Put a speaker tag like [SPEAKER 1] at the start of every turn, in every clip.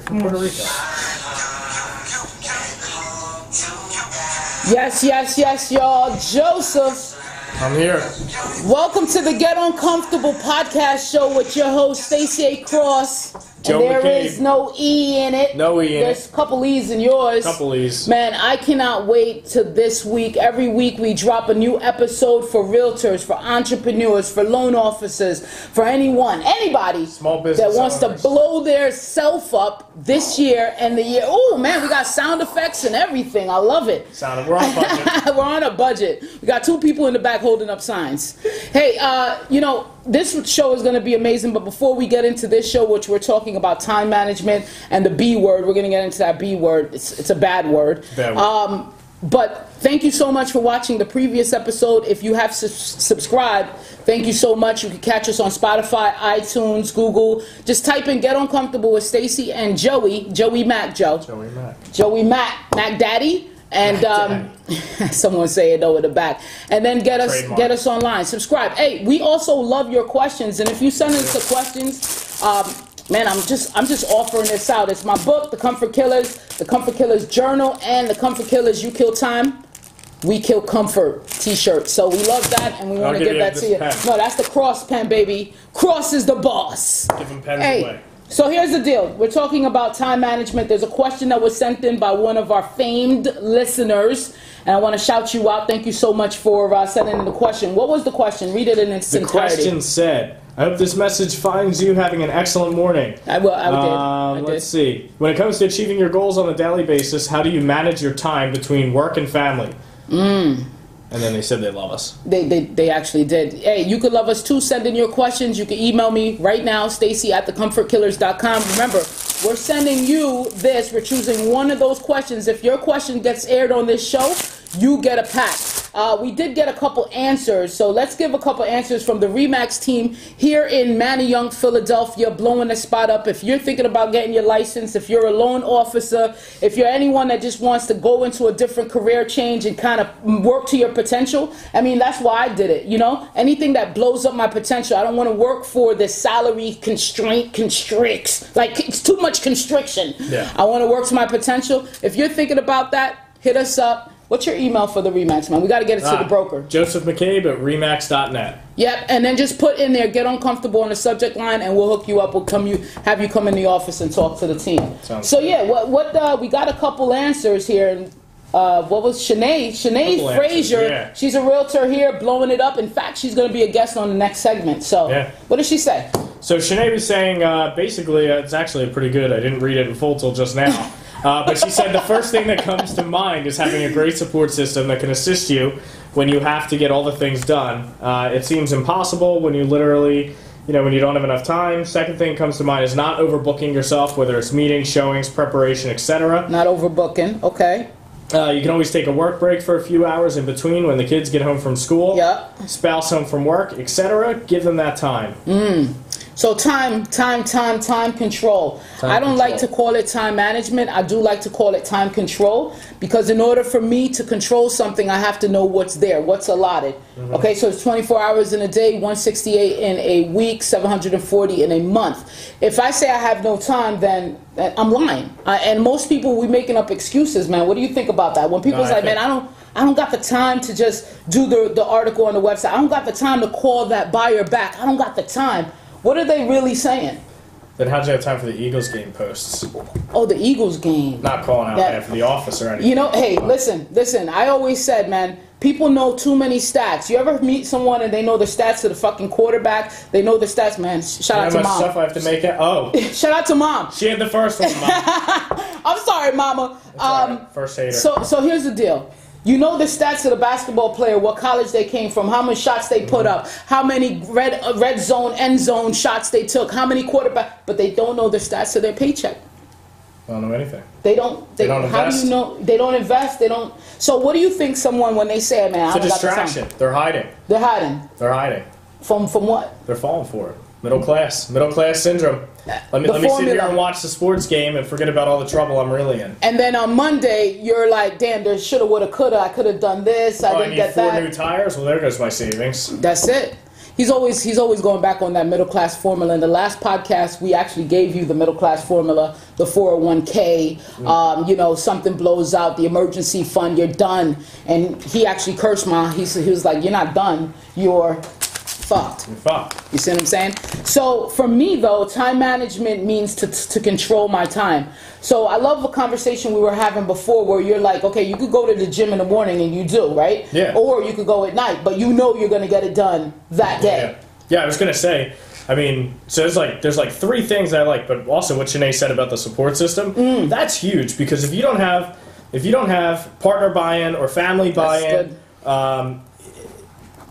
[SPEAKER 1] from Puerto Rico.
[SPEAKER 2] Yes, yes, yes, y'all. Joseph,
[SPEAKER 1] I'm here.
[SPEAKER 2] welcome to the Get Uncomfortable podcast show with your host, Stacey A. Cross.
[SPEAKER 1] Joe
[SPEAKER 2] and there is
[SPEAKER 1] McCabe.
[SPEAKER 2] no E in it.
[SPEAKER 1] No E in it.
[SPEAKER 2] There's a couple E's in yours.
[SPEAKER 1] Couple E's.
[SPEAKER 2] Man, I cannot wait to this week. Every week we drop a new episode for realtors, for entrepreneurs, for loan officers, for anyone, anybody
[SPEAKER 1] Small
[SPEAKER 2] that
[SPEAKER 1] business
[SPEAKER 2] wants
[SPEAKER 1] owners.
[SPEAKER 2] to blow their self up this year and the year. Oh man, we got sound effects and everything. I love it.
[SPEAKER 1] Sound we're on budget.
[SPEAKER 2] We're on a budget. We got two people in the back holding up signs. Hey, uh, you know, this show is going to be amazing, but before we get into this show, which we're talking about time management and the B word, we're going to get into that B word. It's, it's a bad word.
[SPEAKER 1] Bad word.
[SPEAKER 2] Um, but thank you so much for watching the previous episode. If you have sus subscribed, thank you so much. You can catch us on Spotify, iTunes, Google. Just type in Get Uncomfortable with Stacy and Joey, Joey Mac Joe.
[SPEAKER 1] Joey Mack.
[SPEAKER 2] Joey Mac, Mac Daddy, and um, someone say it over the back, and then get us
[SPEAKER 1] Trademark.
[SPEAKER 2] get us online. Subscribe. Hey, we also love your questions, and if you send us the questions, um, man, I'm just I'm just offering this out. It's my book, The Comfort Killers, The Comfort Killers Journal, and The Comfort Killers You Kill Time. We kill comfort T-shirt, so we love that, and we want to
[SPEAKER 1] give
[SPEAKER 2] give
[SPEAKER 1] you
[SPEAKER 2] that
[SPEAKER 1] this
[SPEAKER 2] to you.
[SPEAKER 1] pen.
[SPEAKER 2] No, that's the cross pen, baby. Cross is the boss.
[SPEAKER 1] Giving pens away.
[SPEAKER 2] So here's the deal. We're talking about time management. There's a question that was sent in by one of our famed listeners, and I want to shout you out. Thank you so much for uh, sending in the question. What was the question? Read it in its
[SPEAKER 3] The
[SPEAKER 2] entirety.
[SPEAKER 3] question said, I hope this message finds you having an excellent morning.
[SPEAKER 2] I will. I did. I
[SPEAKER 3] Um,
[SPEAKER 2] did.
[SPEAKER 3] let's see. When it comes to achieving your goals on a daily basis, how do you manage your time between work and family? Mm.
[SPEAKER 2] Hmm.
[SPEAKER 3] And then they said they love us.
[SPEAKER 2] They, they, they actually did. Hey, you could love us too. Send in your questions. You can email me right now, Stacy at thecomfortkillers.com. Remember, we're sending you this. We're choosing one of those questions. If your question gets aired on this show, you get a pack. Uh, we did get a couple answers, so let's give a couple answers from the Remax team here in Manny Young, Philadelphia, blowing the spot up. If you're thinking about getting your license, if you're a loan officer, if you're anyone that just wants to go into a different career change and kind of work to your potential, I mean, that's why I did it, you know? Anything that blows up my potential, I don't want to work for the salary constraint constricts. Like, it's too much constriction.
[SPEAKER 1] Yeah.
[SPEAKER 2] I want to work to my potential. If you're thinking about that, hit us up. What's your email for the Remax, man? We got to get it to
[SPEAKER 3] Ah,
[SPEAKER 2] the broker.
[SPEAKER 3] Joseph McCabe at remax.net.
[SPEAKER 2] Yep, and then just put in there, get uncomfortable on the subject line, and we'll hook you up. We'll come you have you come in the office and talk to the team.
[SPEAKER 3] Sounds
[SPEAKER 2] so
[SPEAKER 3] good.
[SPEAKER 2] yeah, what what uh, we got a couple answers here. And, uh, what was Shanae?
[SPEAKER 3] Couple
[SPEAKER 2] Shanae
[SPEAKER 3] answers,
[SPEAKER 2] Frazier.
[SPEAKER 3] yeah.
[SPEAKER 2] She's a realtor here, blowing it up. In fact, she's going to be a guest on the next segment. So,
[SPEAKER 3] Yeah.
[SPEAKER 2] what did she say?
[SPEAKER 3] So Sinead was saying, uh, basically, uh, it's actually pretty good. I didn't read it in full till just now. Uh, but she said the first thing that comes to mind is having a great support system that can assist you when you have to get all the things done. Uh, it seems impossible when you literally, you know, when you don't have enough time. Second thing that comes to mind is not overbooking yourself, whether it's meetings, showings, preparation, etc.
[SPEAKER 2] Not overbooking, okay?
[SPEAKER 3] Uh, you can always take a work break for a few hours in between when the kids get home from school,
[SPEAKER 2] Yep.
[SPEAKER 3] spouse home from work, etc. Give them that time.
[SPEAKER 2] So time, time, time, time control. I don't like to
[SPEAKER 3] control.
[SPEAKER 2] call it time management. I do like to call it time control because in order for me to control something, I have to know what's there, what's allotted. Okay, so it's 24 hours in a day, 168 in a week, 740 in a month. If I say I have no time, then uh, I'm lying. Uh, and most people we making up excuses, man. What do you think about that? When people's
[SPEAKER 3] I
[SPEAKER 2] like, man,
[SPEAKER 3] think-
[SPEAKER 2] I don't I don't got the time to just do the, the article on the website. I don't got the time to call that buyer back. I don't got the time. What are they really saying?
[SPEAKER 3] Then how'd you have time for the Eagles game posts?
[SPEAKER 2] Oh, the Eagles game.
[SPEAKER 3] Not calling out
[SPEAKER 2] That-
[SPEAKER 3] after the office or anything.
[SPEAKER 2] You know, hey, listen, listen. I always said, man, people know too many stats. You ever meet someone and they know the stats of the fucking quarterback? They know the stats, man. Shout
[SPEAKER 3] how
[SPEAKER 2] out to
[SPEAKER 3] much stuff I
[SPEAKER 2] mom.
[SPEAKER 3] have to make it. Oh,
[SPEAKER 2] Shout out to mom.
[SPEAKER 3] she had the first one. Mom.
[SPEAKER 2] I'm sorry, mama. Um,
[SPEAKER 3] Sorry, first hater.
[SPEAKER 2] So, so here's the deal. You know the stats of the basketball player, what college they came from, how many shots they put
[SPEAKER 3] Mm-hmm.
[SPEAKER 2] up, how many red uh, red zone, end zone shots they took, how many quarterback, but they don't know the stats of their paycheck.
[SPEAKER 3] I don't know anything.
[SPEAKER 2] They don't. They,
[SPEAKER 3] They don't
[SPEAKER 2] How do
[SPEAKER 3] invest.
[SPEAKER 2] you know? They don't invest. They don't. So what do you think? Someone when they say, "Man, I
[SPEAKER 3] It's a
[SPEAKER 2] don't got the time,"
[SPEAKER 3] distraction. They're hiding.
[SPEAKER 2] they're hiding
[SPEAKER 3] They're hiding.
[SPEAKER 2] from from what?
[SPEAKER 3] They're falling for it. Middle class. Middle class syndrome. Let me
[SPEAKER 2] The
[SPEAKER 3] let me sit here
[SPEAKER 2] formula.
[SPEAKER 3] and watch the sports game and forget about all the trouble I'm really in.
[SPEAKER 2] And then on Monday, you're like, "Damn, there shoulda, woulda, coulda. I could have done this. I
[SPEAKER 3] Oh, I
[SPEAKER 2] didn't
[SPEAKER 3] need
[SPEAKER 2] get
[SPEAKER 3] four
[SPEAKER 2] that."
[SPEAKER 3] new tires. Well, there goes my savings.
[SPEAKER 2] That's it. he's always he's always going back on that middle class formula. In the last podcast, we actually gave you the middle class formula, the
[SPEAKER 3] Mm.
[SPEAKER 2] 401k, um, you know, something blows out, the emergency fund, you're done. And he actually cursed my. He s- he was like, "You're not done. You're fucked."
[SPEAKER 3] Fuck.
[SPEAKER 2] You see what I'm saying? So for me though, time management means to, to control my time. So I love a conversation we were having before where you're like, okay, you could go to the gym in the morning and you do, right?
[SPEAKER 3] Yeah.
[SPEAKER 2] Or you could go at night, but you know you're gonna get it done that day.
[SPEAKER 3] Yeah. Yeah, I was gonna say. I mean, so there's like there's like three things I like, but also what Shanae said about the support system.
[SPEAKER 2] Mm.
[SPEAKER 3] That's huge because if you don't have if you don't have partner buy-in or family buy-in, um,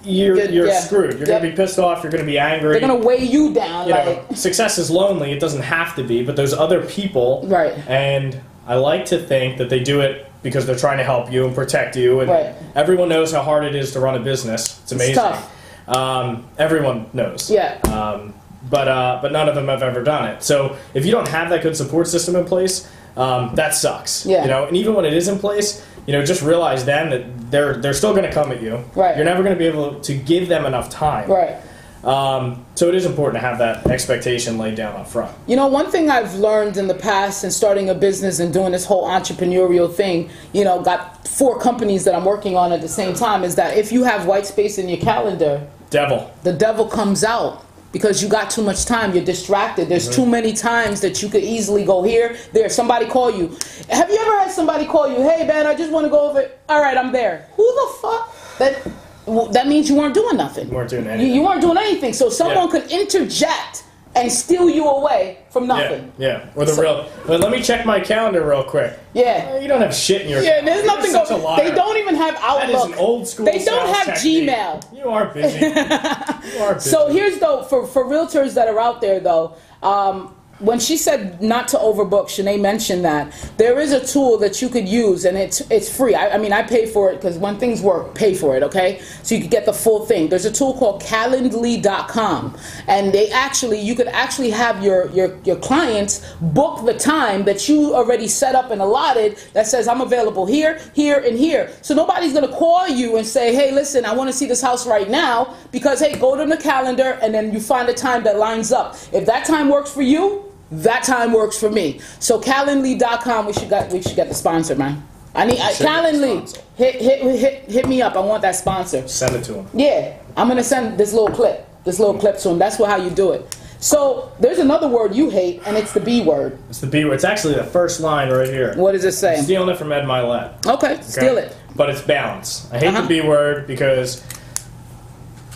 [SPEAKER 3] you're
[SPEAKER 2] Good,
[SPEAKER 3] you're
[SPEAKER 2] yeah.
[SPEAKER 3] screwed. You're gonna be
[SPEAKER 2] Yep.
[SPEAKER 3] pissed off. You're gonna be angry.
[SPEAKER 2] They're gonna weigh you down,
[SPEAKER 3] you
[SPEAKER 2] like
[SPEAKER 3] know, success is lonely. It doesn't have to be, but there's other people.
[SPEAKER 2] Right.
[SPEAKER 3] And I like to think that they do it because they're trying to help you and protect you. And
[SPEAKER 2] Right.
[SPEAKER 3] everyone knows how hard it is to run a business. It's amazing.
[SPEAKER 2] tough.
[SPEAKER 3] Um, everyone knows.
[SPEAKER 2] Yeah.
[SPEAKER 3] Um, but uh, but none of them have ever done it. So if you don't have that good support system in place, um, that sucks.
[SPEAKER 2] Yeah.
[SPEAKER 3] You know, and even when it is in place, you know, just realize then that they're they're still going to come at you.
[SPEAKER 2] Right.
[SPEAKER 3] You're never going to be able to give them enough time.
[SPEAKER 2] right.
[SPEAKER 3] Um, so it is important to have that expectation laid down up front.
[SPEAKER 2] You know, one thing I've learned in the past in starting a business and doing this whole entrepreneurial thing, you know, got four companies that I'm working on at the same time is that if you have white space in your calendar,
[SPEAKER 3] Devil.
[SPEAKER 2] the devil comes out because you got too much time you're distracted there's too many times that you could easily go here there somebody call you have you ever had somebody call you hey man i just want to go over all right i'm there who the fuck that well, that means you weren't doing nothing
[SPEAKER 3] You weren't doing
[SPEAKER 2] you,
[SPEAKER 3] anything.
[SPEAKER 2] you weren't doing anything so someone
[SPEAKER 3] Yeah.
[SPEAKER 2] could interject and steal you away from
[SPEAKER 3] yeah,
[SPEAKER 2] nothing
[SPEAKER 3] yeah. Or the
[SPEAKER 2] So-
[SPEAKER 3] real. But let me check my calendar real quick.
[SPEAKER 2] Yeah.
[SPEAKER 3] Eh, You don't have shit in your.
[SPEAKER 2] Yeah, there's
[SPEAKER 3] You're
[SPEAKER 2] nothing
[SPEAKER 3] such a
[SPEAKER 2] going.
[SPEAKER 3] liar.
[SPEAKER 2] They don't even have
[SPEAKER 3] That is
[SPEAKER 2] Outlook.
[SPEAKER 3] an old school.
[SPEAKER 2] They don't
[SPEAKER 3] sales
[SPEAKER 2] have
[SPEAKER 3] technique.
[SPEAKER 2] Gmail.
[SPEAKER 3] You are busy. you are busy.
[SPEAKER 2] So here's though for for realtors that are out there though. Um, when she said not to overbook, Shanae mentioned that there is a tool that you could use, and it's it's free. I, I mean, I pay for it because when things work, pay for it, okay? So you could get the full thing. There's a tool called Calendly.com, and they actually you could actually have your your your clients book the time that you already set up and allotted that says I'm available here, here, and here. So nobody's gonna call you and say, hey, listen, I want to see this house right now because hey, go to the calendar and then you find a time that lines up. If that time works for you, that time works for me. So Calendly.com, we should get we should get the sponsor, man. I need I,
[SPEAKER 3] should get the
[SPEAKER 2] Calendly.
[SPEAKER 3] sponsor.
[SPEAKER 2] Hit, hit hit hit me up. I want that sponsor.
[SPEAKER 3] Send it to him.
[SPEAKER 2] Yeah, I'm gonna send this little clip, this little clip to him. That's what, how you do it. So there's another word you hate, and it's the B word.
[SPEAKER 3] It's the B word. It's actually the first line right here.
[SPEAKER 2] What does it say?
[SPEAKER 3] Stealing it from Ed Milet.
[SPEAKER 2] Okay,
[SPEAKER 3] Okay?
[SPEAKER 2] steal it.
[SPEAKER 3] But it's balance. I hate
[SPEAKER 2] Uh-huh.
[SPEAKER 3] the B word because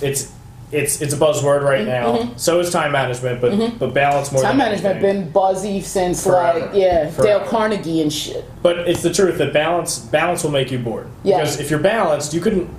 [SPEAKER 3] it's it's it's a buzzword right now. So is time management, but but balance more.
[SPEAKER 2] Mm-hmm. Time
[SPEAKER 3] than
[SPEAKER 2] management
[SPEAKER 3] anything.
[SPEAKER 2] been buzzy since
[SPEAKER 3] Forever.
[SPEAKER 2] like yeah
[SPEAKER 3] Forever.
[SPEAKER 2] Dale Carnegie and shit.
[SPEAKER 3] But it's the truth that balance balance will make you bored.
[SPEAKER 2] Yeah.
[SPEAKER 3] Because if you're balanced, you couldn't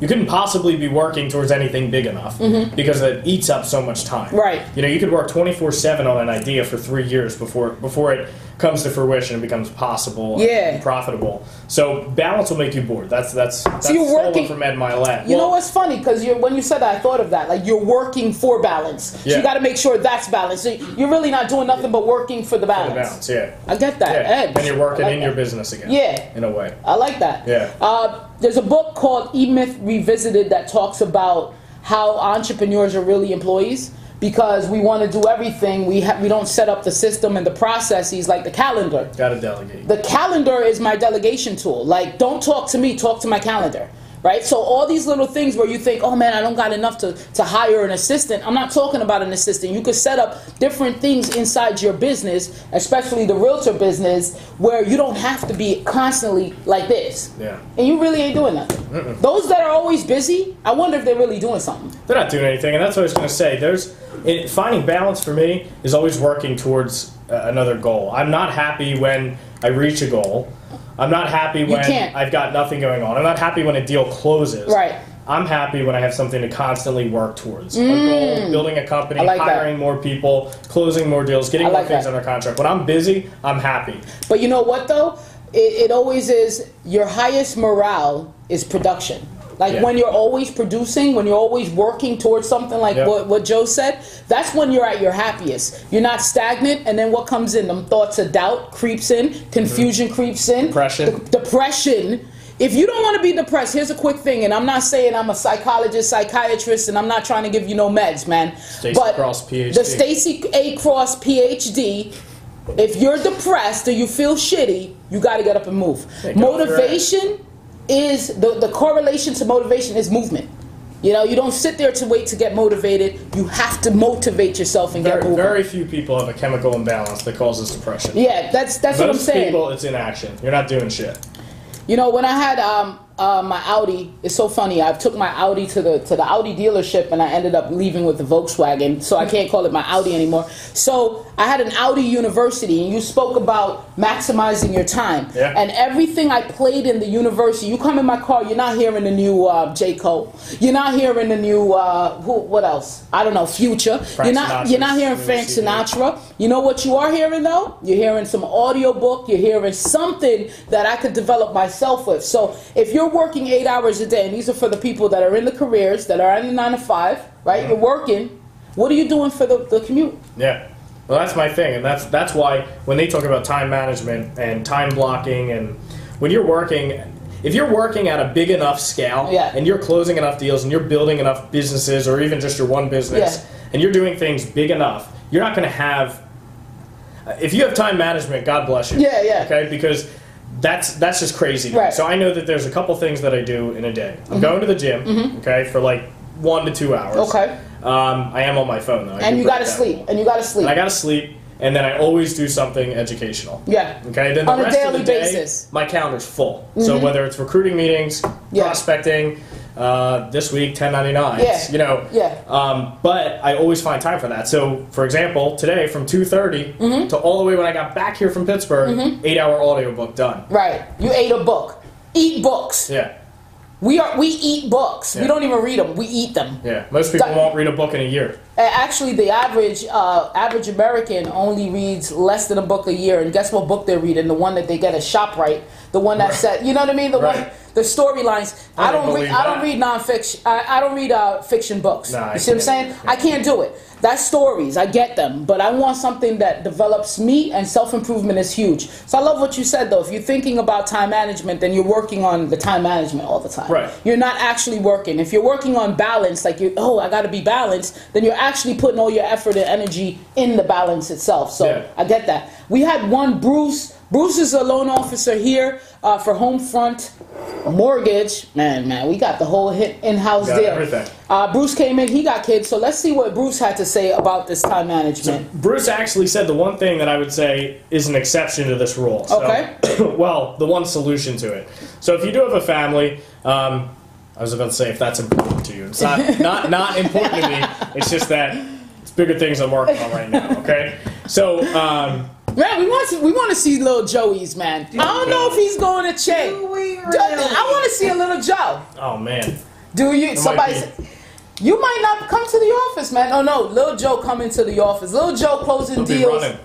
[SPEAKER 3] you couldn't possibly be working towards anything big enough because it eats up so much time.
[SPEAKER 2] Mm-hmm. Right.
[SPEAKER 3] You know, you could work 24/7 on an idea for 3 years before before it comes to fruition and becomes possible
[SPEAKER 2] Yeah.
[SPEAKER 3] and profitable. So balance will make you bored. That's that's that's
[SPEAKER 2] you're
[SPEAKER 3] stolen
[SPEAKER 2] working-
[SPEAKER 3] from Ed Milet.
[SPEAKER 2] You know what's funny? Because when you said that, I thought of that. Like you're working for balance. So
[SPEAKER 3] Yeah.
[SPEAKER 2] you got to make sure that's balanced. So you're really not doing nothing but working for the balance.
[SPEAKER 3] the balance, yeah.
[SPEAKER 2] I get that.
[SPEAKER 3] Yeah.
[SPEAKER 2] Ed.
[SPEAKER 3] And you're working
[SPEAKER 2] I like
[SPEAKER 3] in your
[SPEAKER 2] that.
[SPEAKER 3] business again.
[SPEAKER 2] Yeah.
[SPEAKER 3] In a way.
[SPEAKER 2] I like that.
[SPEAKER 3] Yeah.
[SPEAKER 2] Uh, there's a book called E Myth Revisited that talks about how entrepreneurs are really employees because we want to do everything. We ha- we don't set up the system and the processes like the calendar.
[SPEAKER 3] Got to delegate.
[SPEAKER 2] The calendar is my delegation tool. Like, don't talk to me, talk to my calendar. Right? So all these little things where you think, oh man, I don't got enough to, to hire an assistant. I'm not talking about an assistant. You could set up different things inside your business, especially the realtor business, where you don't have to be constantly like this.
[SPEAKER 3] Yeah.
[SPEAKER 2] And you really ain't doing nothing. Those that are always busy, I wonder if they're really doing something.
[SPEAKER 3] they're not doing anything, and that's what I was going to say. There's it, finding balance for me is always working towards uh, another goal. I'm not happy when I reach a goal. I'm not happy when
[SPEAKER 2] can't.
[SPEAKER 3] I've got nothing going on. I'm not happy when a deal closes.
[SPEAKER 2] Right.
[SPEAKER 3] I'm happy when I have something to constantly work towards. A goal, building a company,
[SPEAKER 2] Mm. I like that.
[SPEAKER 3] hiring more people, closing more deals, getting
[SPEAKER 2] I
[SPEAKER 3] more
[SPEAKER 2] like
[SPEAKER 3] things
[SPEAKER 2] that.
[SPEAKER 3] under contract. When I'm busy, I'm happy.
[SPEAKER 2] But you know what though? It, it always is your highest morale is production. Like
[SPEAKER 3] Yeah.
[SPEAKER 2] when you're always producing, when you're always working towards something like
[SPEAKER 3] Yep.
[SPEAKER 2] what, what Joe said, that's when you're at your happiest. You're not stagnant, and then what comes in? Them thoughts of doubt creeps in, confusion creeps in,
[SPEAKER 3] Mm-hmm. Depression.
[SPEAKER 2] de- depression. If you don't want to be depressed, here's a quick thing, and I'm not saying I'm a psychologist, psychiatrist, and I'm not trying to give you no meds, man.
[SPEAKER 3] Stacey
[SPEAKER 2] but
[SPEAKER 3] Cross, PhD.
[SPEAKER 2] The Stacy A. Cross, PhD. If you're depressed or you feel shitty, you got to get up and move.
[SPEAKER 3] get off your
[SPEAKER 2] Motivation is the, the correlation to motivation is movement. You know, you don't sit there to wait to get motivated. You have to motivate yourself and get
[SPEAKER 3] Very,
[SPEAKER 2] moving.
[SPEAKER 3] very few people have a chemical imbalance that causes depression.
[SPEAKER 2] yeah, that's that's
[SPEAKER 3] Most
[SPEAKER 2] what I'm saying.
[SPEAKER 3] people, it's inaction. You're not doing shit.
[SPEAKER 2] You know, when I had um, uh, my Audi, it's so funny. I took my Audi to the to the Audi dealership, and I ended up leaving with the Volkswagen, so I can't call it my Audi anymore. So I had an Audi University, and you spoke about maximizing your time.
[SPEAKER 3] Yeah.
[SPEAKER 2] And everything I played in the University, you come in my car, you're not hearing the new uh, J Cole, you're not hearing the new uh, who, what else? I don't know, Future. you're not you're not
[SPEAKER 3] Sinatra's
[SPEAKER 2] hearing
[SPEAKER 3] new
[SPEAKER 2] Frank
[SPEAKER 3] CD.
[SPEAKER 2] Sinatra. Sinatra. You know what you are hearing though? You're hearing some audiobook, you're hearing something that I could develop myself with. So if you're working eight hours a day, and these are for the people that are in the careers, that are in the nine to five, right? You're working. What are you doing for the, the commute?
[SPEAKER 3] Yeah. Well, that's my thing, and that's that's why when they talk about time management and time blocking, and when you're working, if you're working at a big enough scale,
[SPEAKER 2] Yeah.
[SPEAKER 3] and you're closing enough deals, and you're building enough businesses, or even just your one business,
[SPEAKER 2] Yeah.
[SPEAKER 3] and you're doing things big enough, you're not going to have. If you have time management, God bless you.
[SPEAKER 2] Yeah, yeah.
[SPEAKER 3] Okay, because that's that's just crazy. to me.
[SPEAKER 2] Right. Mm-hmm.
[SPEAKER 3] So I know that there's a couple things that I do in a day. I'm going to the gym, okay, for like one to two hours.
[SPEAKER 2] Okay.
[SPEAKER 3] Um, I am on my phone though. I
[SPEAKER 2] And
[SPEAKER 3] do
[SPEAKER 2] you
[SPEAKER 3] break
[SPEAKER 2] gotta
[SPEAKER 3] that.
[SPEAKER 2] sleep. And you gotta sleep.
[SPEAKER 3] And I gotta sleep, and then I always do something educational.
[SPEAKER 2] yeah.
[SPEAKER 3] Okay. Then the
[SPEAKER 2] On a
[SPEAKER 3] rest of
[SPEAKER 2] daily
[SPEAKER 3] the day,
[SPEAKER 2] basis. Mm-hmm.
[SPEAKER 3] my calendar's full. So whether it's recruiting meetings,
[SPEAKER 2] Yeah.
[SPEAKER 3] prospecting, uh, this week 1099,
[SPEAKER 2] Yeah.
[SPEAKER 3] you know.
[SPEAKER 2] Yeah.
[SPEAKER 3] Um, but I always find time for that. So for example, today from 2:30
[SPEAKER 2] Mm-hmm.
[SPEAKER 3] to all the way when I got back here from Pittsburgh, eight-hour audiobook done.
[SPEAKER 2] Right. You ate a book. Eat books.
[SPEAKER 3] Yeah.
[SPEAKER 2] We are we eat books. We
[SPEAKER 3] Yeah.
[SPEAKER 2] don't even read them. We eat them.
[SPEAKER 3] Yeah. Most people
[SPEAKER 2] Done.
[SPEAKER 3] won't read a book in a year.
[SPEAKER 2] Uh, Actually, the average uh, average American only reads less than a book a year, and guess what book they're rereading? The one that they get at Shoprite, the one that said, you know what I mean? The
[SPEAKER 3] Right.
[SPEAKER 2] one, the storylines. I,
[SPEAKER 3] don't
[SPEAKER 2] don't read.
[SPEAKER 3] believe
[SPEAKER 2] I don't
[SPEAKER 3] that.
[SPEAKER 2] read nonfiction. I, I don't read uh, fiction books.
[SPEAKER 3] Nah, I
[SPEAKER 2] you see what I'm saying?
[SPEAKER 3] can't.
[SPEAKER 2] I can't do it. That's stories. I get them, but I want something that develops me, and self improvement is huge. So I love what you said though. If you're thinking about time management, then you're working on the time management all the time.
[SPEAKER 3] Right.
[SPEAKER 2] You're not actually working. If you're working on balance, like you, oh, I got to be balanced, then you're actually putting all your effort and energy in the balance itself. So
[SPEAKER 3] Yeah.
[SPEAKER 2] I get that. We had one Bruce. Bruce is a loan officer here uh, for Homefront Mortgage. Man, man, we got the whole hit in-house
[SPEAKER 3] Got
[SPEAKER 2] deal.
[SPEAKER 3] everything.
[SPEAKER 2] Uh, Bruce came in. He got kids. So let's see what Bruce had to say about this time management.
[SPEAKER 3] Bruce actually said the one thing that I would say is an exception to this rule. So-
[SPEAKER 2] Okay.
[SPEAKER 3] well, the one solution to it. So if you do have a family, um, I was about to say if that's important to you. It's not not not important to me. It's just that it's bigger things I'm working on right now. Okay. So um,
[SPEAKER 2] Man, we want to, we want to see little Joey's man. I don't know if he's going to check.
[SPEAKER 4] Do we
[SPEAKER 2] Do- I want to see a little Joe.
[SPEAKER 3] oh man,
[SPEAKER 2] Do you? Somebody.
[SPEAKER 3] be.
[SPEAKER 2] said- You might not come to the office, man. Oh no, Lil Joe coming to the office. Lil Joe closing
[SPEAKER 3] they'll be
[SPEAKER 2] deals.
[SPEAKER 3] running.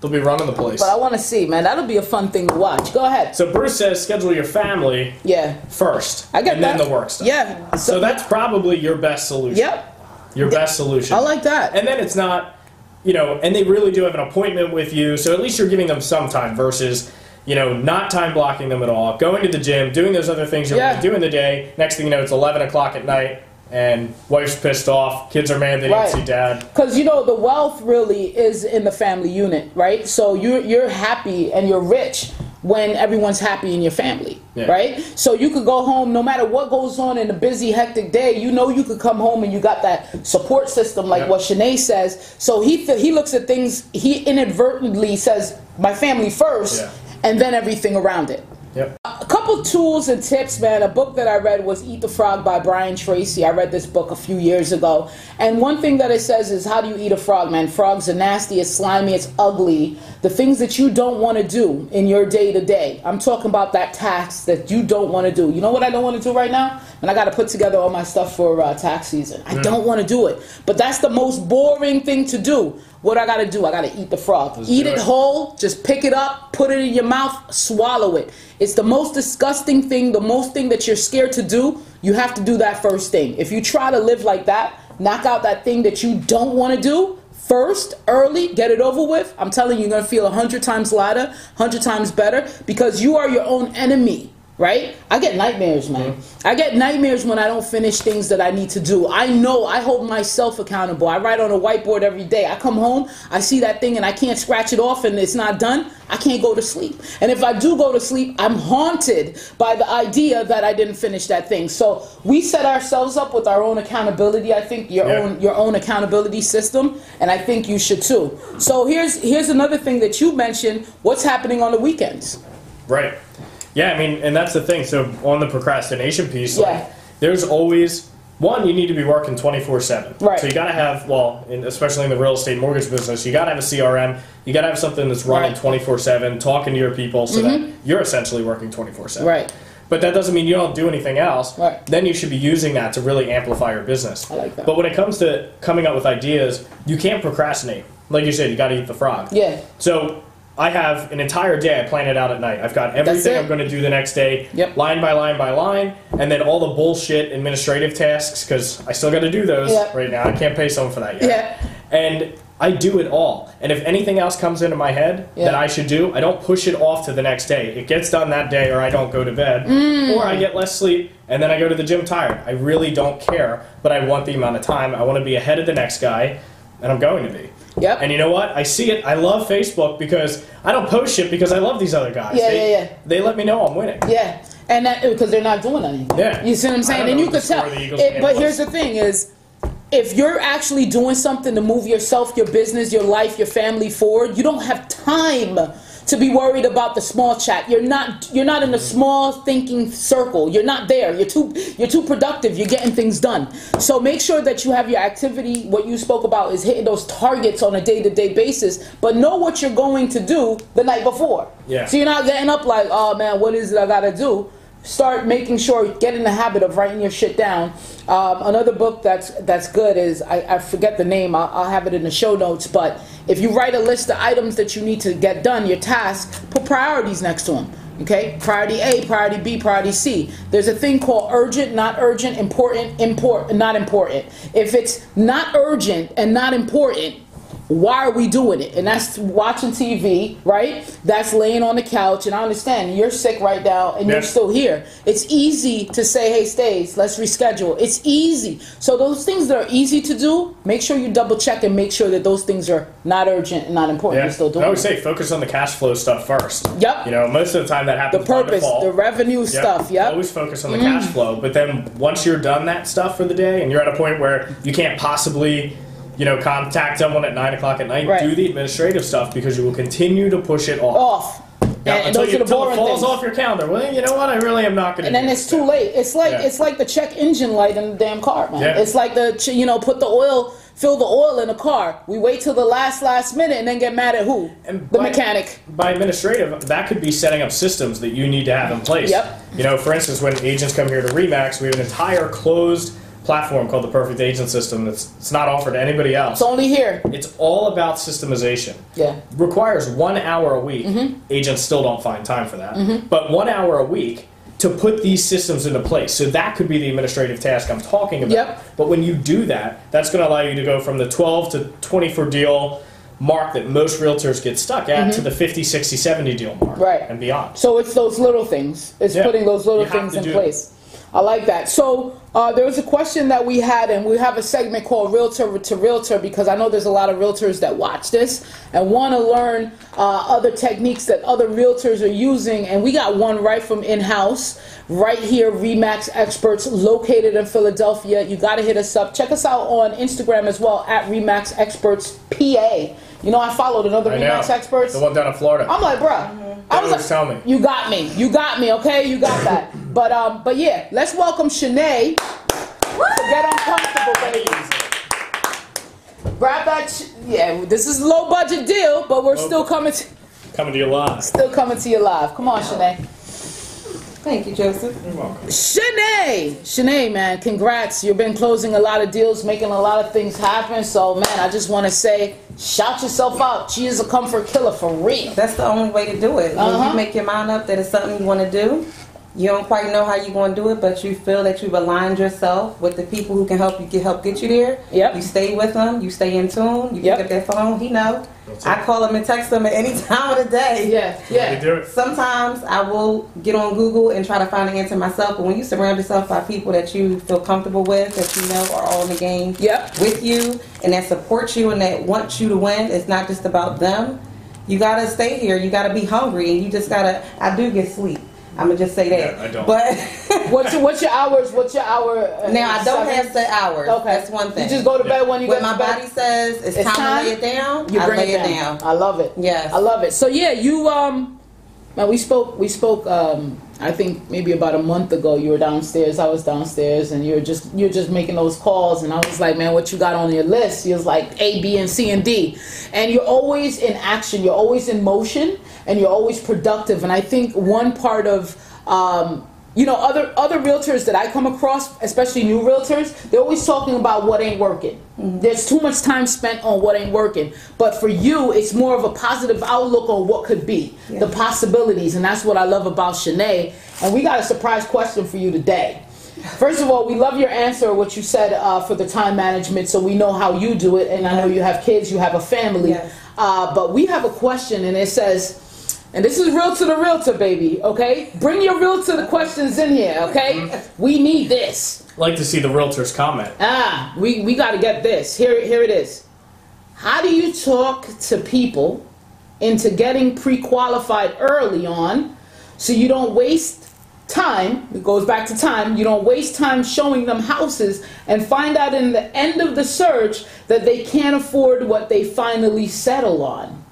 [SPEAKER 3] They'll be running the place.
[SPEAKER 2] But I want to see, man. That'll be a fun thing to watch. Go ahead.
[SPEAKER 3] So Bruce says schedule your family
[SPEAKER 2] yeah,
[SPEAKER 3] first,
[SPEAKER 2] I get
[SPEAKER 3] and
[SPEAKER 2] that.
[SPEAKER 3] then the work stuff.
[SPEAKER 2] Yeah. So,
[SPEAKER 3] So that's probably your best solution.
[SPEAKER 2] yep,
[SPEAKER 3] Your best solution.
[SPEAKER 2] I like that.
[SPEAKER 3] and then it's not you know and they really do have an appointment with you so at least you're giving them some time versus you know not time blocking them at all going to the gym doing those other things you're
[SPEAKER 2] Yeah.
[SPEAKER 3] going to do in the day next thing you know it's 11 o'clock at night and wife's pissed off kids are mad they
[SPEAKER 2] Right.
[SPEAKER 3] didn't see dad
[SPEAKER 2] Because you know the wealth really is in the family unit, right? So you're you're happy and you're rich when everyone's happy in your family,
[SPEAKER 3] Yeah.
[SPEAKER 2] right? So you could go home no matter what goes on in a busy, hectic day. You know you could come home and you got that support system, like
[SPEAKER 3] Yeah.
[SPEAKER 2] what Shanae says. So he th- he looks at things. He inadvertently says my family first,
[SPEAKER 3] Yeah.
[SPEAKER 2] and then everything around it.
[SPEAKER 3] yep
[SPEAKER 2] A couple tools and tips, man. A book that I read was Eat the Frog by Brian Tracy. I read this book a few years ago. And one thing that it says is how do you eat a frog, man? Frogs are nasty, it's slimy, it's ugly. The things that you don't want to do in your day to day. I'm talking about that tax that you don't want to do. You know what I don't want to do right now? And I got to put together all my stuff for uh, tax season. I don't want to do it. But that's the most boring thing to do. What I got to do? I got to eat the frog. eat
[SPEAKER 3] do
[SPEAKER 2] it
[SPEAKER 3] it.
[SPEAKER 2] whole whole, just pick it up, put it in your mouth, swallow it. It's the most disgusting thing, the most thing that you're scared to do. You have to do that first thing. If you try to live like that, knock out that thing that you don't want to do first, early, get it over with. I'm telling you, you're going to feel a 100 times lighter, 100 times better because you are your own enemy. right? I get nightmares, man. I get nightmares when I don't finish things that I need to do. I know I hold myself accountable. I write on a whiteboard every day. I come home, I see that thing and I can't scratch it off and it's not done. I can't go to sleep. And if I do go to sleep, I'm haunted by the idea that I didn't finish that thing. So we set ourselves up with our own accountability. I think your
[SPEAKER 3] Yeah.
[SPEAKER 2] own your own accountability system, and I think you should too. So here's here's another thing that you mentioned. What's happening on the weekends?
[SPEAKER 3] Right. Yeah, I mean, and that's the thing. So on the procrastination piece,
[SPEAKER 2] Yeah.
[SPEAKER 3] like, there's always one you need to be working 24/7.
[SPEAKER 2] Right.
[SPEAKER 3] So you got to have well, in, especially in the real estate mortgage business, you got to have a CRM. You got to have something that's running
[SPEAKER 2] Right. Mm-hmm.
[SPEAKER 3] 24/7, talking to your people, so that you're essentially working 24/7.
[SPEAKER 2] Right.
[SPEAKER 3] But that doesn't mean you don't do anything else.
[SPEAKER 2] Right.
[SPEAKER 3] Then you should be using that to really amplify your business.
[SPEAKER 2] I like that.
[SPEAKER 3] But when it comes to coming up with ideas, you can't procrastinate. Like you said, you got to eat the frog.
[SPEAKER 2] Yeah.
[SPEAKER 3] So I have an entire day. I plan it out at night. I've got everything
[SPEAKER 2] it.
[SPEAKER 3] I'm going to do the next day,
[SPEAKER 2] Yep.
[SPEAKER 3] line by line by line, and then all the bullshit administrative tasks because I still got to do those
[SPEAKER 2] Yep.
[SPEAKER 3] right now. I can't pay someone for that yet.
[SPEAKER 2] Yeah.
[SPEAKER 3] And I do it all. And if anything else comes into my head that
[SPEAKER 2] Yeah.
[SPEAKER 3] I should do, I don't push it off to the next day. It gets done that day, or I don't go to bed,
[SPEAKER 2] Mm.
[SPEAKER 3] or
[SPEAKER 2] Hmm.
[SPEAKER 3] I get less sleep, and then I go to the gym tired. I really don't care, but I want the amount of time. I want to be ahead of the next guy, and I'm going to be.
[SPEAKER 2] Yep.
[SPEAKER 3] And you know what? I see it. I love Facebook because I don't post shit because I love these other guys.
[SPEAKER 2] Yeah,
[SPEAKER 3] they,
[SPEAKER 2] yeah, yeah.
[SPEAKER 3] They let me know I'm winning.
[SPEAKER 2] Yeah, and that because they're not doing anything.
[SPEAKER 3] Yeah.
[SPEAKER 2] you see what I'm
[SPEAKER 3] I
[SPEAKER 2] saying?
[SPEAKER 3] don't
[SPEAKER 2] And
[SPEAKER 3] know
[SPEAKER 2] you
[SPEAKER 3] if the
[SPEAKER 2] could
[SPEAKER 3] score
[SPEAKER 2] tell.
[SPEAKER 3] of the Eagles
[SPEAKER 2] It,
[SPEAKER 3] game
[SPEAKER 2] but
[SPEAKER 3] was-
[SPEAKER 2] here's the thing: is if you're actually doing something to move yourself, your business, your life, your family forward, you don't have time to be worried about the small chat. You're not. You're not in a small thinking circle. You're not there. You're too. You're too productive. You're getting things done. So make sure that you have your activity. What you spoke about is hitting those targets on a day-to-day basis, but know what you're going to do the night before.
[SPEAKER 3] Yeah.
[SPEAKER 2] So you're not getting up like, oh man, what is it I gotta do? Start making sure, get in the habit of writing your shit down. Um, another book that's that's good is I, I forget the name. I'll, I'll have it in the show notes. But if you write a list of items that you need to get done, your tasks, put priorities next to them. Okay, priority A, priority B, priority C. There's a thing called urgent, not urgent, important, import, not important. If it's not urgent and not important, why are we doing it? And that's watching TV, right? That's laying on the couch. And I understand you're sick right now and you're
[SPEAKER 3] Yeah.
[SPEAKER 2] still here. It's easy to say, hey, Stays, let's reschedule. It's easy. So, those things that are easy to do, make sure you double check and make sure that those things are not urgent and not important.
[SPEAKER 3] Yeah.
[SPEAKER 2] You're still doing
[SPEAKER 3] I always
[SPEAKER 2] it.
[SPEAKER 3] say focus on the cash flow stuff first.
[SPEAKER 2] Yep.
[SPEAKER 3] You know, most of the time that
[SPEAKER 2] the
[SPEAKER 3] happens. by
[SPEAKER 2] purpose,
[SPEAKER 3] default.
[SPEAKER 2] the revenue stuff, yep. Mm.
[SPEAKER 3] Always focus on the cash flow, but then once you're done that stuff for the day, and you're at a point where you can't possibly, you know, contact someone at nine o'clock at night,
[SPEAKER 2] Right.
[SPEAKER 3] do the administrative stuff because you will continue to push it off.
[SPEAKER 2] Off.
[SPEAKER 3] Now,
[SPEAKER 2] and
[SPEAKER 3] until
[SPEAKER 2] those
[SPEAKER 3] you,
[SPEAKER 2] are
[SPEAKER 3] until
[SPEAKER 2] the
[SPEAKER 3] it
[SPEAKER 2] boring
[SPEAKER 3] falls
[SPEAKER 2] things.
[SPEAKER 3] off your calendar. Well, you know what? I really am not going to.
[SPEAKER 2] and then it's too late. It's like
[SPEAKER 3] Yeah.
[SPEAKER 2] it's like the check engine light in the damn car, man.
[SPEAKER 3] Yeah.
[SPEAKER 2] It's like the ch- you know put the oil, fill the oil in the car. We wait till the last last minute and then get mad at who?
[SPEAKER 3] And
[SPEAKER 2] the
[SPEAKER 3] by-
[SPEAKER 2] mechanic.
[SPEAKER 3] by administrative, that could be setting up systems that you need to have in place.
[SPEAKER 2] Yep.
[SPEAKER 3] You know, for instance, when agents come here to Remax, we have an entire closed platform called the Perfect Agent System that's it's not offered to anybody else.
[SPEAKER 2] It's only here.
[SPEAKER 3] it's all about systemization.
[SPEAKER 2] Yeah.
[SPEAKER 3] Requires one hour a week.
[SPEAKER 2] Mm-hmm.
[SPEAKER 3] Agents still don't find time for that. But one hour a week to put these systems into place. So that could be the administrative task I'm talking about.
[SPEAKER 2] Yep.
[SPEAKER 3] But when you do that, that's going to allow you to go from the 12 to 24 deal mark that most realtors get stuck at to the 50, 60, 70 deal mark
[SPEAKER 2] Mm-hmm. Right.
[SPEAKER 3] and beyond.
[SPEAKER 2] So it's those little things. It's
[SPEAKER 3] Yeah.
[SPEAKER 2] putting those little
[SPEAKER 3] You have
[SPEAKER 2] things
[SPEAKER 3] to
[SPEAKER 2] in
[SPEAKER 3] do it.
[SPEAKER 2] place. I like that. So uh, there was a question that we had, and we have a segment called Realtor to Realtor because I know there's a lot of realtors that watch this and want to learn uh, other techniques that other realtors are using. And we got one right from in house, right here, Remax Experts, located in Philadelphia. You got to hit us up. Check us out on Instagram as well at Remax Experts PA. You know, I followed another
[SPEAKER 3] I know.
[SPEAKER 2] Remax Experts. Oh.
[SPEAKER 3] The one down in Florida.
[SPEAKER 2] I'm like, bruh. I was
[SPEAKER 3] always
[SPEAKER 2] like,
[SPEAKER 3] tell me.
[SPEAKER 2] You got me. You got me. Okay, you got that. but um, but yeah, let's welcome Shanae. to get uncomfortable, baby. Grab that. Sh- yeah, this is a low budget deal, but we're still coming, to,
[SPEAKER 3] Coming to you live.
[SPEAKER 2] still coming to you live. Come on, Shanae.
[SPEAKER 4] Thank you, Joseph.
[SPEAKER 2] Shanae, Shanae, man, congrats. You've been closing a lot of deals, making a lot of things happen. So, man, I just want to say, shout yourself out. She is a comfort killer for real.
[SPEAKER 4] That's the only way to do it. When
[SPEAKER 2] Uh-huh.
[SPEAKER 4] you make your mind up that it's something you want to do, You don't quite know how you're going to do it, but you feel that you've aligned yourself with the people who can help you get help get you there.
[SPEAKER 2] Yep.
[SPEAKER 4] You stay with them. You stay in tune. You
[SPEAKER 2] Yep.
[SPEAKER 4] pick up their phone. He know. I call him and text him at any time of the day.
[SPEAKER 2] Yeah,
[SPEAKER 1] You
[SPEAKER 2] yeah.
[SPEAKER 1] do it.
[SPEAKER 4] Sometimes I will get on Google and try to find an answer myself, but when you surround yourself by people that you feel comfortable with, that you know are all in the game
[SPEAKER 2] Yep.
[SPEAKER 4] with you, and that support you and that want you to win, it's not just about them. You gotta stay here. You gotta be hungry, and you just gotta. I do get sleep. I'm gonna just say that.
[SPEAKER 1] Yeah, I don't.
[SPEAKER 4] But
[SPEAKER 2] What's your, what's your hours? What's your hour? uh,
[SPEAKER 4] now I don't
[SPEAKER 2] seven?
[SPEAKER 4] have set hours.
[SPEAKER 2] Okay.
[SPEAKER 4] That's one thing.
[SPEAKER 2] You just go to bed when you
[SPEAKER 4] when
[SPEAKER 2] go
[SPEAKER 4] my
[SPEAKER 2] to bed.
[SPEAKER 4] body says it's,
[SPEAKER 2] It's
[SPEAKER 4] time,
[SPEAKER 2] time,
[SPEAKER 4] to lay it down,
[SPEAKER 2] You
[SPEAKER 4] I
[SPEAKER 2] bring
[SPEAKER 4] lay
[SPEAKER 2] it down.
[SPEAKER 4] down.
[SPEAKER 2] I love it.
[SPEAKER 4] Yes.
[SPEAKER 2] I love it. So yeah, you um, well, we spoke. We spoke. Um, I think maybe about a month ago. You were downstairs. I was downstairs, and you were just you're just making those calls. And I was like, man, what you got on your list? You was like A, B, and C and D, and you're always in action. You're always in motion, and you're always productive. And I think one part of um, you know other other realtors that I come across, especially new realtors, they're always talking about what ain't working. There's too much time spent on what ain't working. But for you, it's more of a positive outlook on what could be, the possibilities, and that's what I love about Shanae. And we got a surprise question for you today. First of all, we love your answer, what you said uh, for the time management, so we know how you do it. And I know you have kids, you have a family.
[SPEAKER 4] Yes.
[SPEAKER 2] Uh, but we have a question, and it says, and this is real to the realtor, baby, okay? Bring your real to the questions in here, okay? We need this.
[SPEAKER 3] like to see the realtor's comment.
[SPEAKER 2] Ah, we, we got to get this. Here, here it is. How do you talk to people into getting pre qualified early on so you don't waste time? It goes back to time. You don't waste time showing them houses and find out in the end of the search that they can't afford what they finally settle on.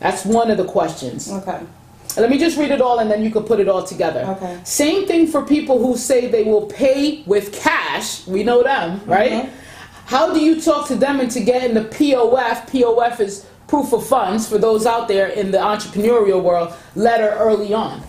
[SPEAKER 2] That's one of the questions.
[SPEAKER 4] Okay.
[SPEAKER 2] Let me just read it all and then you can put it all together.
[SPEAKER 4] Okay.
[SPEAKER 2] Same thing for people who say they will pay with cash. We know them, right?
[SPEAKER 4] Mhm.
[SPEAKER 2] How do you talk to them into getting the POF? POF is proof of funds for those out there in the entrepreneurial world letter early on.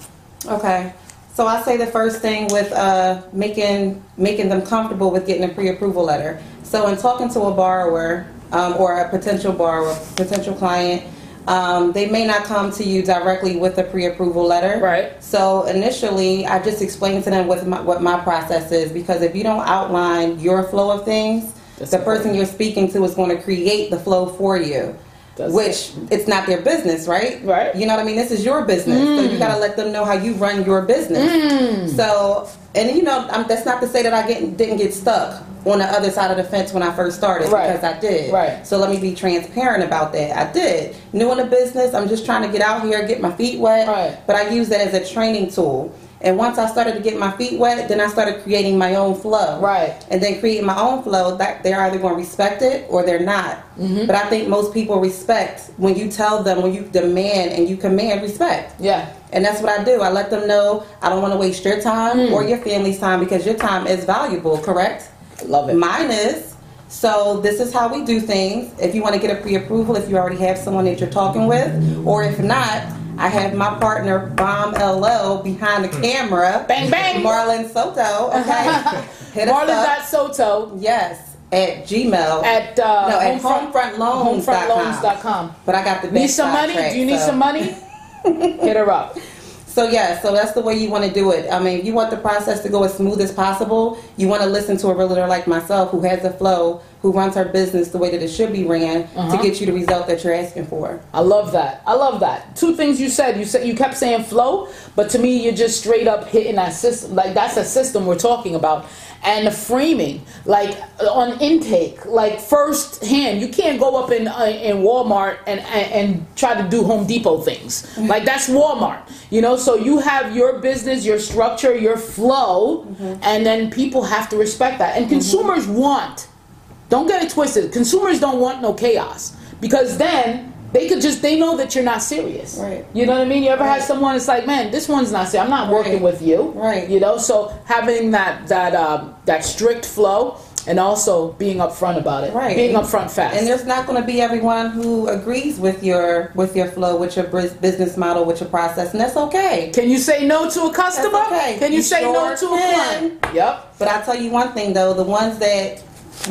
[SPEAKER 4] Okay. So I say the first thing with uh, making making them comfortable with getting a pre-approval letter. So in talking to a borrower um, or a potential borrower, potential client, um, they may not come to you directly with a pre-approval letter.
[SPEAKER 2] Right.
[SPEAKER 4] So initially, I just explained to them what my, what my process is because if you don't outline your flow of things,
[SPEAKER 2] That's
[SPEAKER 4] the person
[SPEAKER 2] important.
[SPEAKER 4] you're speaking to is going to create the flow for you,
[SPEAKER 2] That's
[SPEAKER 4] which it's not their business, right?
[SPEAKER 2] Right. Mm.
[SPEAKER 4] You know what I mean? This is your business, so you got to let them know how you run your business. So, and you know, i that's not to say that I get, didn't get stuck on the other side of the fence when I first started
[SPEAKER 2] Right.
[SPEAKER 4] because I did.
[SPEAKER 2] Right.
[SPEAKER 4] So let me be transparent about that. I did. New in the business, I'm just trying to get out here, get my feet wet.
[SPEAKER 2] Right.
[SPEAKER 4] But I use that as a training tool. And once I started to get my feet wet, then I started creating my own flow.
[SPEAKER 2] Right.
[SPEAKER 4] And then creating my own flow, that they're either going to respect it or they're not.
[SPEAKER 2] Mm-hmm.
[SPEAKER 4] But I think most people respect when you tell them, when you demand and you command respect.
[SPEAKER 2] Yeah.
[SPEAKER 4] And that's what I do. I let them know I don't want to waste your time
[SPEAKER 2] Mm.
[SPEAKER 4] or your family's time because your time is valuable, correct?
[SPEAKER 2] Love it.
[SPEAKER 4] Mine is. So this is how we do things. If you want to get a pre-approval, if you already have someone that you're talking with, or if not, I have my partner Bomb LL behind the camera.
[SPEAKER 2] Hmm. Bang, bang.
[SPEAKER 4] Marlon Soto. Okay. Hit us
[SPEAKER 2] Marlon
[SPEAKER 4] up.
[SPEAKER 2] dot Soto
[SPEAKER 4] Yes. At Gmail.
[SPEAKER 2] at uh,
[SPEAKER 4] no, at
[SPEAKER 2] homefront-
[SPEAKER 4] homefrontloans.com.
[SPEAKER 2] homefrontloans.com.
[SPEAKER 4] But I got the best
[SPEAKER 2] Need some money?
[SPEAKER 4] contract,
[SPEAKER 2] Do you need
[SPEAKER 4] so-
[SPEAKER 2] some money? Hit her up.
[SPEAKER 4] So yeah, so that's the way you want to do it. I mean, if you want the process to go as smooth as possible, you want to listen to a realtor like myself who has a flow, who runs her business the way that it should be ran
[SPEAKER 2] Uh-huh.
[SPEAKER 4] to get you the result that you're asking for.
[SPEAKER 2] I love that. I love that. Two things you said. You said you kept saying flow, but to me, you're just straight up hitting that system. Like that's a system we're talking about, and the framing, like on intake, like first hand. You can't go up in uh, in Walmart and, and and try to do Home Depot things. Like that's Walmart, you know. So you have your business, your structure, your flow, and then people have to respect that. And consumers want don't get it twisted. Consumers don't want no chaos because then they could just they know that you're not serious.
[SPEAKER 4] Right.
[SPEAKER 2] You know what I mean? You ever had someone it's like, man, this one's not serious. I'm not working
[SPEAKER 4] Right.
[SPEAKER 2] with you.
[SPEAKER 4] Right.
[SPEAKER 2] You know, so having that that um, that strict flow and also being upfront about it.
[SPEAKER 4] Right.
[SPEAKER 2] Being upfront fast.
[SPEAKER 4] And there's not going to be everyone who agrees with your with your flow, with your bris- business model, with your process, and that's okay.
[SPEAKER 2] Can you say no to a customer?
[SPEAKER 4] okay.
[SPEAKER 2] Can you,
[SPEAKER 4] You
[SPEAKER 2] say no
[SPEAKER 4] sure
[SPEAKER 2] to a
[SPEAKER 4] can.
[SPEAKER 2] client? Yep.
[SPEAKER 4] But I tell you one thing though, the ones that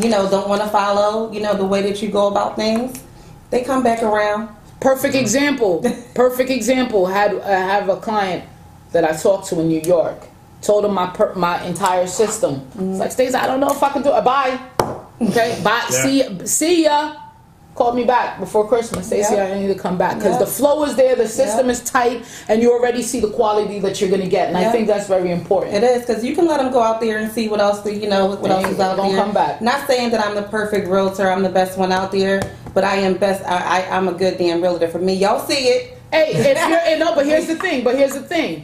[SPEAKER 4] you know don't want to follow, you know, the way that you go about things, they come back around.
[SPEAKER 2] Perfect example. Perfect example. Had uh, have a client that I talked to in New York. Told him my per- my entire system.
[SPEAKER 4] Mm.
[SPEAKER 2] It's like Stacey, I don't know if I can do it. Bye. Okay. Bye.
[SPEAKER 1] Yeah.
[SPEAKER 2] See. See ya. Call me back before Christmas. Stacey,
[SPEAKER 4] Yeah.
[SPEAKER 2] I need to come back because
[SPEAKER 4] Yeah.
[SPEAKER 2] the flow is there, the system
[SPEAKER 4] Yeah.
[SPEAKER 2] is tight, and you already see the quality that you're gonna get. And I
[SPEAKER 4] Yeah.
[SPEAKER 2] think that's very important.
[SPEAKER 4] It is because you can let them go out there and see what else, you know, what else is out
[SPEAKER 2] Gonna
[SPEAKER 4] there.
[SPEAKER 2] come back.
[SPEAKER 4] Not saying that I'm the perfect realtor, I'm the best one out there, but I am best. I, I I'm a good damn realtor for me. Y'all see it?
[SPEAKER 2] Hey, if you're and no, but here's the thing. But here's the thing.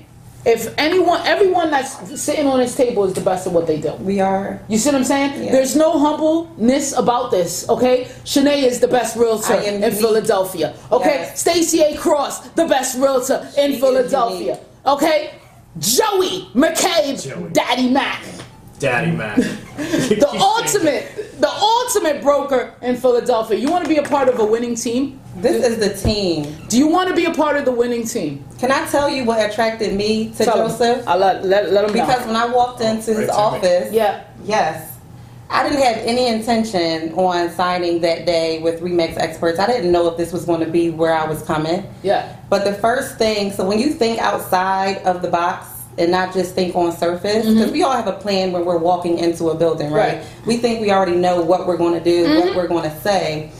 [SPEAKER 2] If anyone, everyone that's sitting on this table is the best at what they do.
[SPEAKER 4] We are.
[SPEAKER 2] You see what I'm saying?
[SPEAKER 4] Yeah.
[SPEAKER 2] There's no humbleness about this. Okay, Shanae is the best realtor
[SPEAKER 4] I am
[SPEAKER 2] in
[SPEAKER 4] unique.
[SPEAKER 2] Philadelphia. Okay,
[SPEAKER 4] Yes.
[SPEAKER 2] Stacey A. Cross, the best realtor in
[SPEAKER 4] She is
[SPEAKER 2] Philadelphia.
[SPEAKER 4] unique.
[SPEAKER 2] Okay, Joey McCabe,
[SPEAKER 3] Joey.
[SPEAKER 2] Daddy Mac,
[SPEAKER 3] Daddy Mac.
[SPEAKER 2] the ultimate, the ultimate broker in Philadelphia. You want to be a part of a winning team?
[SPEAKER 4] This is the team.
[SPEAKER 2] Do you want to be a part of the winning team?
[SPEAKER 4] Can I tell you what attracted me to
[SPEAKER 2] Tell 'em.
[SPEAKER 4] Joseph?
[SPEAKER 2] I let let, let 'em know.
[SPEAKER 4] Because when I walked into his
[SPEAKER 3] Right, tell me.
[SPEAKER 4] office,
[SPEAKER 2] yeah.
[SPEAKER 4] yes, I didn't have any intention on signing that day with Remax Experts. I didn't know if this was going to be where I was coming.
[SPEAKER 2] Yeah.
[SPEAKER 4] But the first thing, so when you think outside of the box and not just think on surface, because we all have a plan when we're walking into a building, right?
[SPEAKER 2] Mm-hmm. Right. Mm-hmm.
[SPEAKER 4] We think we already know what we're going to do, what we're going to say.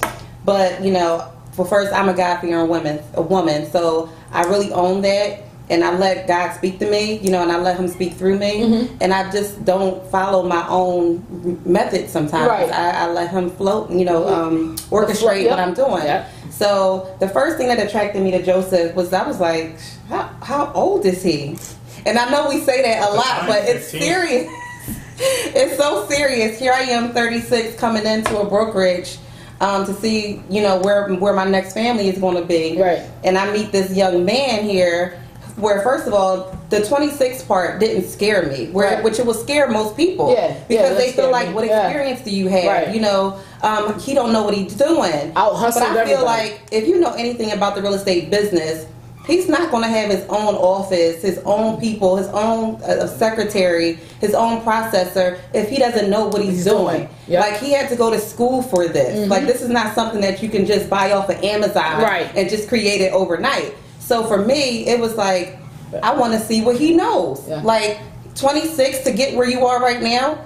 [SPEAKER 4] But, you know, for first, I'm a God fearing woman, a woman. So I really own that. And I let God speak to me, you know, and I let Him speak through me.
[SPEAKER 2] Mm-hmm.
[SPEAKER 4] And I just don't follow my own method sometimes.
[SPEAKER 2] Right. Mm-hmm.
[SPEAKER 4] I, I let Him float, you know, um, orchestrate
[SPEAKER 2] yep.
[SPEAKER 4] what I'm doing.
[SPEAKER 2] Yep.
[SPEAKER 4] So the first thing that attracted me to Joseph was I was like, how, how old is he? And I know we say that a lot,
[SPEAKER 1] time,
[SPEAKER 4] but it's
[SPEAKER 1] 15.
[SPEAKER 4] serious. it's so serious. Here I am, 36, coming into a brokerage um, to see, you know, where where my next family is going to be.
[SPEAKER 2] Right.
[SPEAKER 4] And I meet this young man here, where first of all, the 26 part didn't scare me, where
[SPEAKER 2] Right.
[SPEAKER 4] which it will scare most people,
[SPEAKER 2] Yeah, yeah,
[SPEAKER 4] because
[SPEAKER 2] that
[SPEAKER 4] they feel
[SPEAKER 2] scared
[SPEAKER 4] like,
[SPEAKER 2] me.
[SPEAKER 4] what
[SPEAKER 2] Yeah.
[SPEAKER 4] experience do you have?
[SPEAKER 2] Right.
[SPEAKER 4] You know, um, he don't know what he's doing.
[SPEAKER 2] Out-hustled
[SPEAKER 4] But I feel
[SPEAKER 2] everybody.
[SPEAKER 4] like if you know anything about the real estate business, he's not going to have his own office, his own people, his own uh, secretary, his own processor if he doesn't know what he's,
[SPEAKER 2] He's doing.
[SPEAKER 4] doing.
[SPEAKER 2] Yep. Mm-hmm.
[SPEAKER 4] Like he had to go to school for this. Like this is not something that you can just buy off of Amazon
[SPEAKER 2] Right.
[SPEAKER 4] and just create it overnight. So for me, it was like I want to see what he knows.
[SPEAKER 2] Yeah.
[SPEAKER 4] Like 26 to get where you are right now,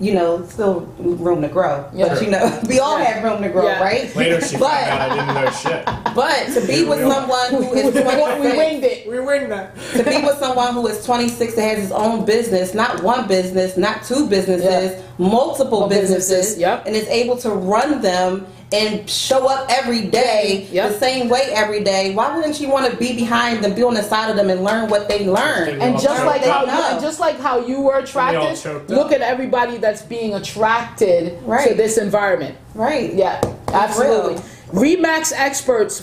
[SPEAKER 4] you know, still room to grow.
[SPEAKER 2] Yeah.
[SPEAKER 4] But you know, we all
[SPEAKER 2] Yeah.
[SPEAKER 4] have room to grow,
[SPEAKER 2] Yeah.
[SPEAKER 4] right?
[SPEAKER 1] Later, she found
[SPEAKER 4] But-
[SPEAKER 1] out I didn't know shit.
[SPEAKER 4] But to be with someone who is
[SPEAKER 2] we
[SPEAKER 4] 26,
[SPEAKER 2] winged it.
[SPEAKER 3] We win that.
[SPEAKER 4] to be with someone who is 26 that has his own business, not one business, not two businesses, multiple
[SPEAKER 2] Multiple businesses,
[SPEAKER 4] businesses,
[SPEAKER 2] yep.
[SPEAKER 4] and is able to run them and show up every day
[SPEAKER 2] Yep.
[SPEAKER 4] the same way every day. Why wouldn't you want to be behind them, be on the side of them, and learn what they learn?
[SPEAKER 2] And
[SPEAKER 3] all
[SPEAKER 2] just
[SPEAKER 3] choked
[SPEAKER 2] like
[SPEAKER 4] up.
[SPEAKER 2] how
[SPEAKER 4] They know.
[SPEAKER 2] and just like how you were attracted,
[SPEAKER 3] choked
[SPEAKER 2] look
[SPEAKER 3] up.
[SPEAKER 2] at everybody that's being attracted to
[SPEAKER 4] Right.
[SPEAKER 2] this environment.
[SPEAKER 4] Right?
[SPEAKER 2] Yeah, absolutely. Remax Experts,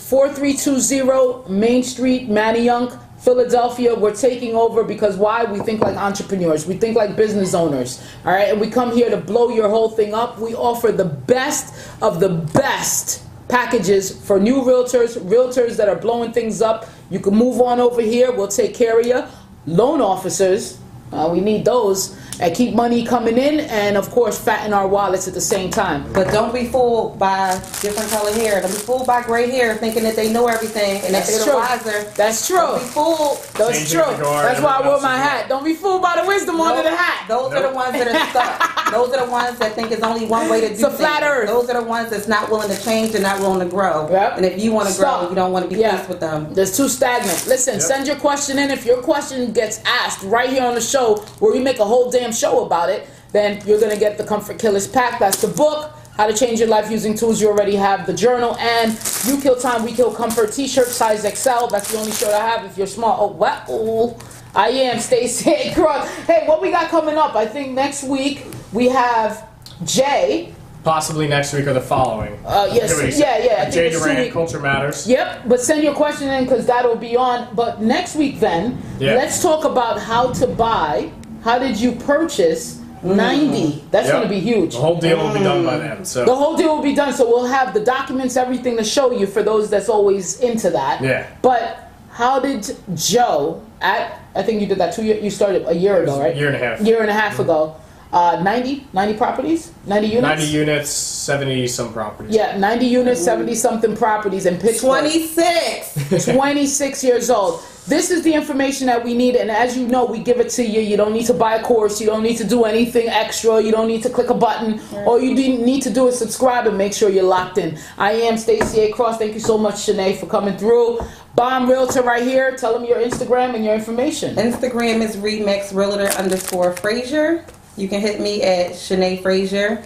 [SPEAKER 2] 4320 Main Street, Manayunk, Philadelphia. We're taking over because why? We think like entrepreneurs. We think like business owners. All right, and we come here to blow your whole thing up. We offer the best of the best packages for new realtors, realtors that are blowing things up. You can move on over here. We'll take care of you. Loan officers. Uh, we need those and keep money coming in and of course fatten our wallets at the same time.
[SPEAKER 4] But don't be fooled by different color hair. Don't be fooled by gray hair, thinking that they know everything and that
[SPEAKER 2] That's
[SPEAKER 4] they're
[SPEAKER 2] true.
[SPEAKER 4] the wiser.
[SPEAKER 2] That's true.
[SPEAKER 4] Don't be fooled.
[SPEAKER 2] That's
[SPEAKER 1] Changing
[SPEAKER 2] true.
[SPEAKER 1] the guard,
[SPEAKER 2] That's why I
[SPEAKER 1] everyone
[SPEAKER 2] wore
[SPEAKER 1] else
[SPEAKER 2] my
[SPEAKER 1] is
[SPEAKER 2] hat. Don't be fooled by the wisdom under the hat.
[SPEAKER 4] Those are the ones that are stuck. those are the ones that think it's only one way to do
[SPEAKER 2] It's a flat
[SPEAKER 4] things.
[SPEAKER 2] earth.
[SPEAKER 4] Those are the ones that's not willing to change and not willing to grow.
[SPEAKER 2] Yep.
[SPEAKER 4] And if you want to grow,
[SPEAKER 2] Stuck.
[SPEAKER 4] you don't want to be
[SPEAKER 2] Yeah.
[SPEAKER 4] faced with them.
[SPEAKER 2] That's too stagnant. Listen, send your question in. If your question gets asked right here on the show, where we make a whole damn show about it, then you're gonna get the Comfort Killers pack. That's the book. How to change your life using tools you already have, the journal, and You Kill Time, We Kill Comfort t-shirt size XL. That's the only shirt I have if you're small. Oh, wow. I am Stacey Crook. Hey, what we got coming up? I think next week we have Jay.
[SPEAKER 3] Possibly next week or the following.
[SPEAKER 2] Uh, yes,
[SPEAKER 3] Everybody-
[SPEAKER 2] yeah, yeah, I think
[SPEAKER 3] Jay
[SPEAKER 2] it's two
[SPEAKER 3] Durant,
[SPEAKER 2] week-
[SPEAKER 3] Culture Matters.
[SPEAKER 2] Yep, but send your question in because that'll be on. But next week, then,
[SPEAKER 3] Yeah.
[SPEAKER 2] let's talk about how to buy. How did you purchase 90? That's
[SPEAKER 3] Yep.
[SPEAKER 2] going to be huge.
[SPEAKER 3] The whole deal will be done by then. So
[SPEAKER 2] Mm. The whole deal will be done. So we'll have the documents, everything to show you for those that's always into that.
[SPEAKER 3] Yeah.
[SPEAKER 2] But how did Joe, at, I think you did that two years, you started a year ago, right?
[SPEAKER 3] year and a half.
[SPEAKER 2] Year and a half ago. Uh, 90? 90 properties? 90 units?
[SPEAKER 3] 90 units, 70 some properties.
[SPEAKER 2] Yeah, 90 units, 70 something properties in Pittsburgh.
[SPEAKER 4] 26.
[SPEAKER 2] 26 years old. This is the information that we need, and as you know, we give it to you. You don't need to buy a course. You don't need to do anything extra. You don't need to click a button. All you de- need to do is subscribe and make sure you're locked in. I am Stacey A. Cross. Thank you so much, Shanae, for coming through. Bomb Realtor right here. Tell them your Instagram and your information.
[SPEAKER 4] Instagram is remix realtor underscore Frazier. You can hit me at Shanae Frazier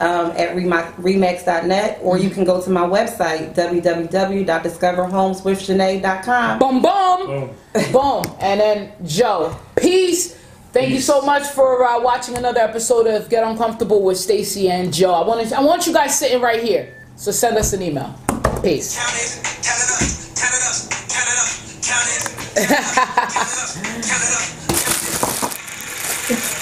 [SPEAKER 4] um, at remi- remax.net or
[SPEAKER 2] Mm-hmm.
[SPEAKER 4] you can go to my website www.discoverhomeswithshanae.com.
[SPEAKER 2] Boom, boom,
[SPEAKER 3] Boom.
[SPEAKER 2] boom, and then Joe. Peace. Thank you so much for uh, watching another episode of Get Uncomfortable with Stacy and Joe. I want to, I want you guys sitting right here. So send us an email. Peace.
[SPEAKER 5] Count it, count it up, count it up, count it up, count it, count it up, count it up, count it up.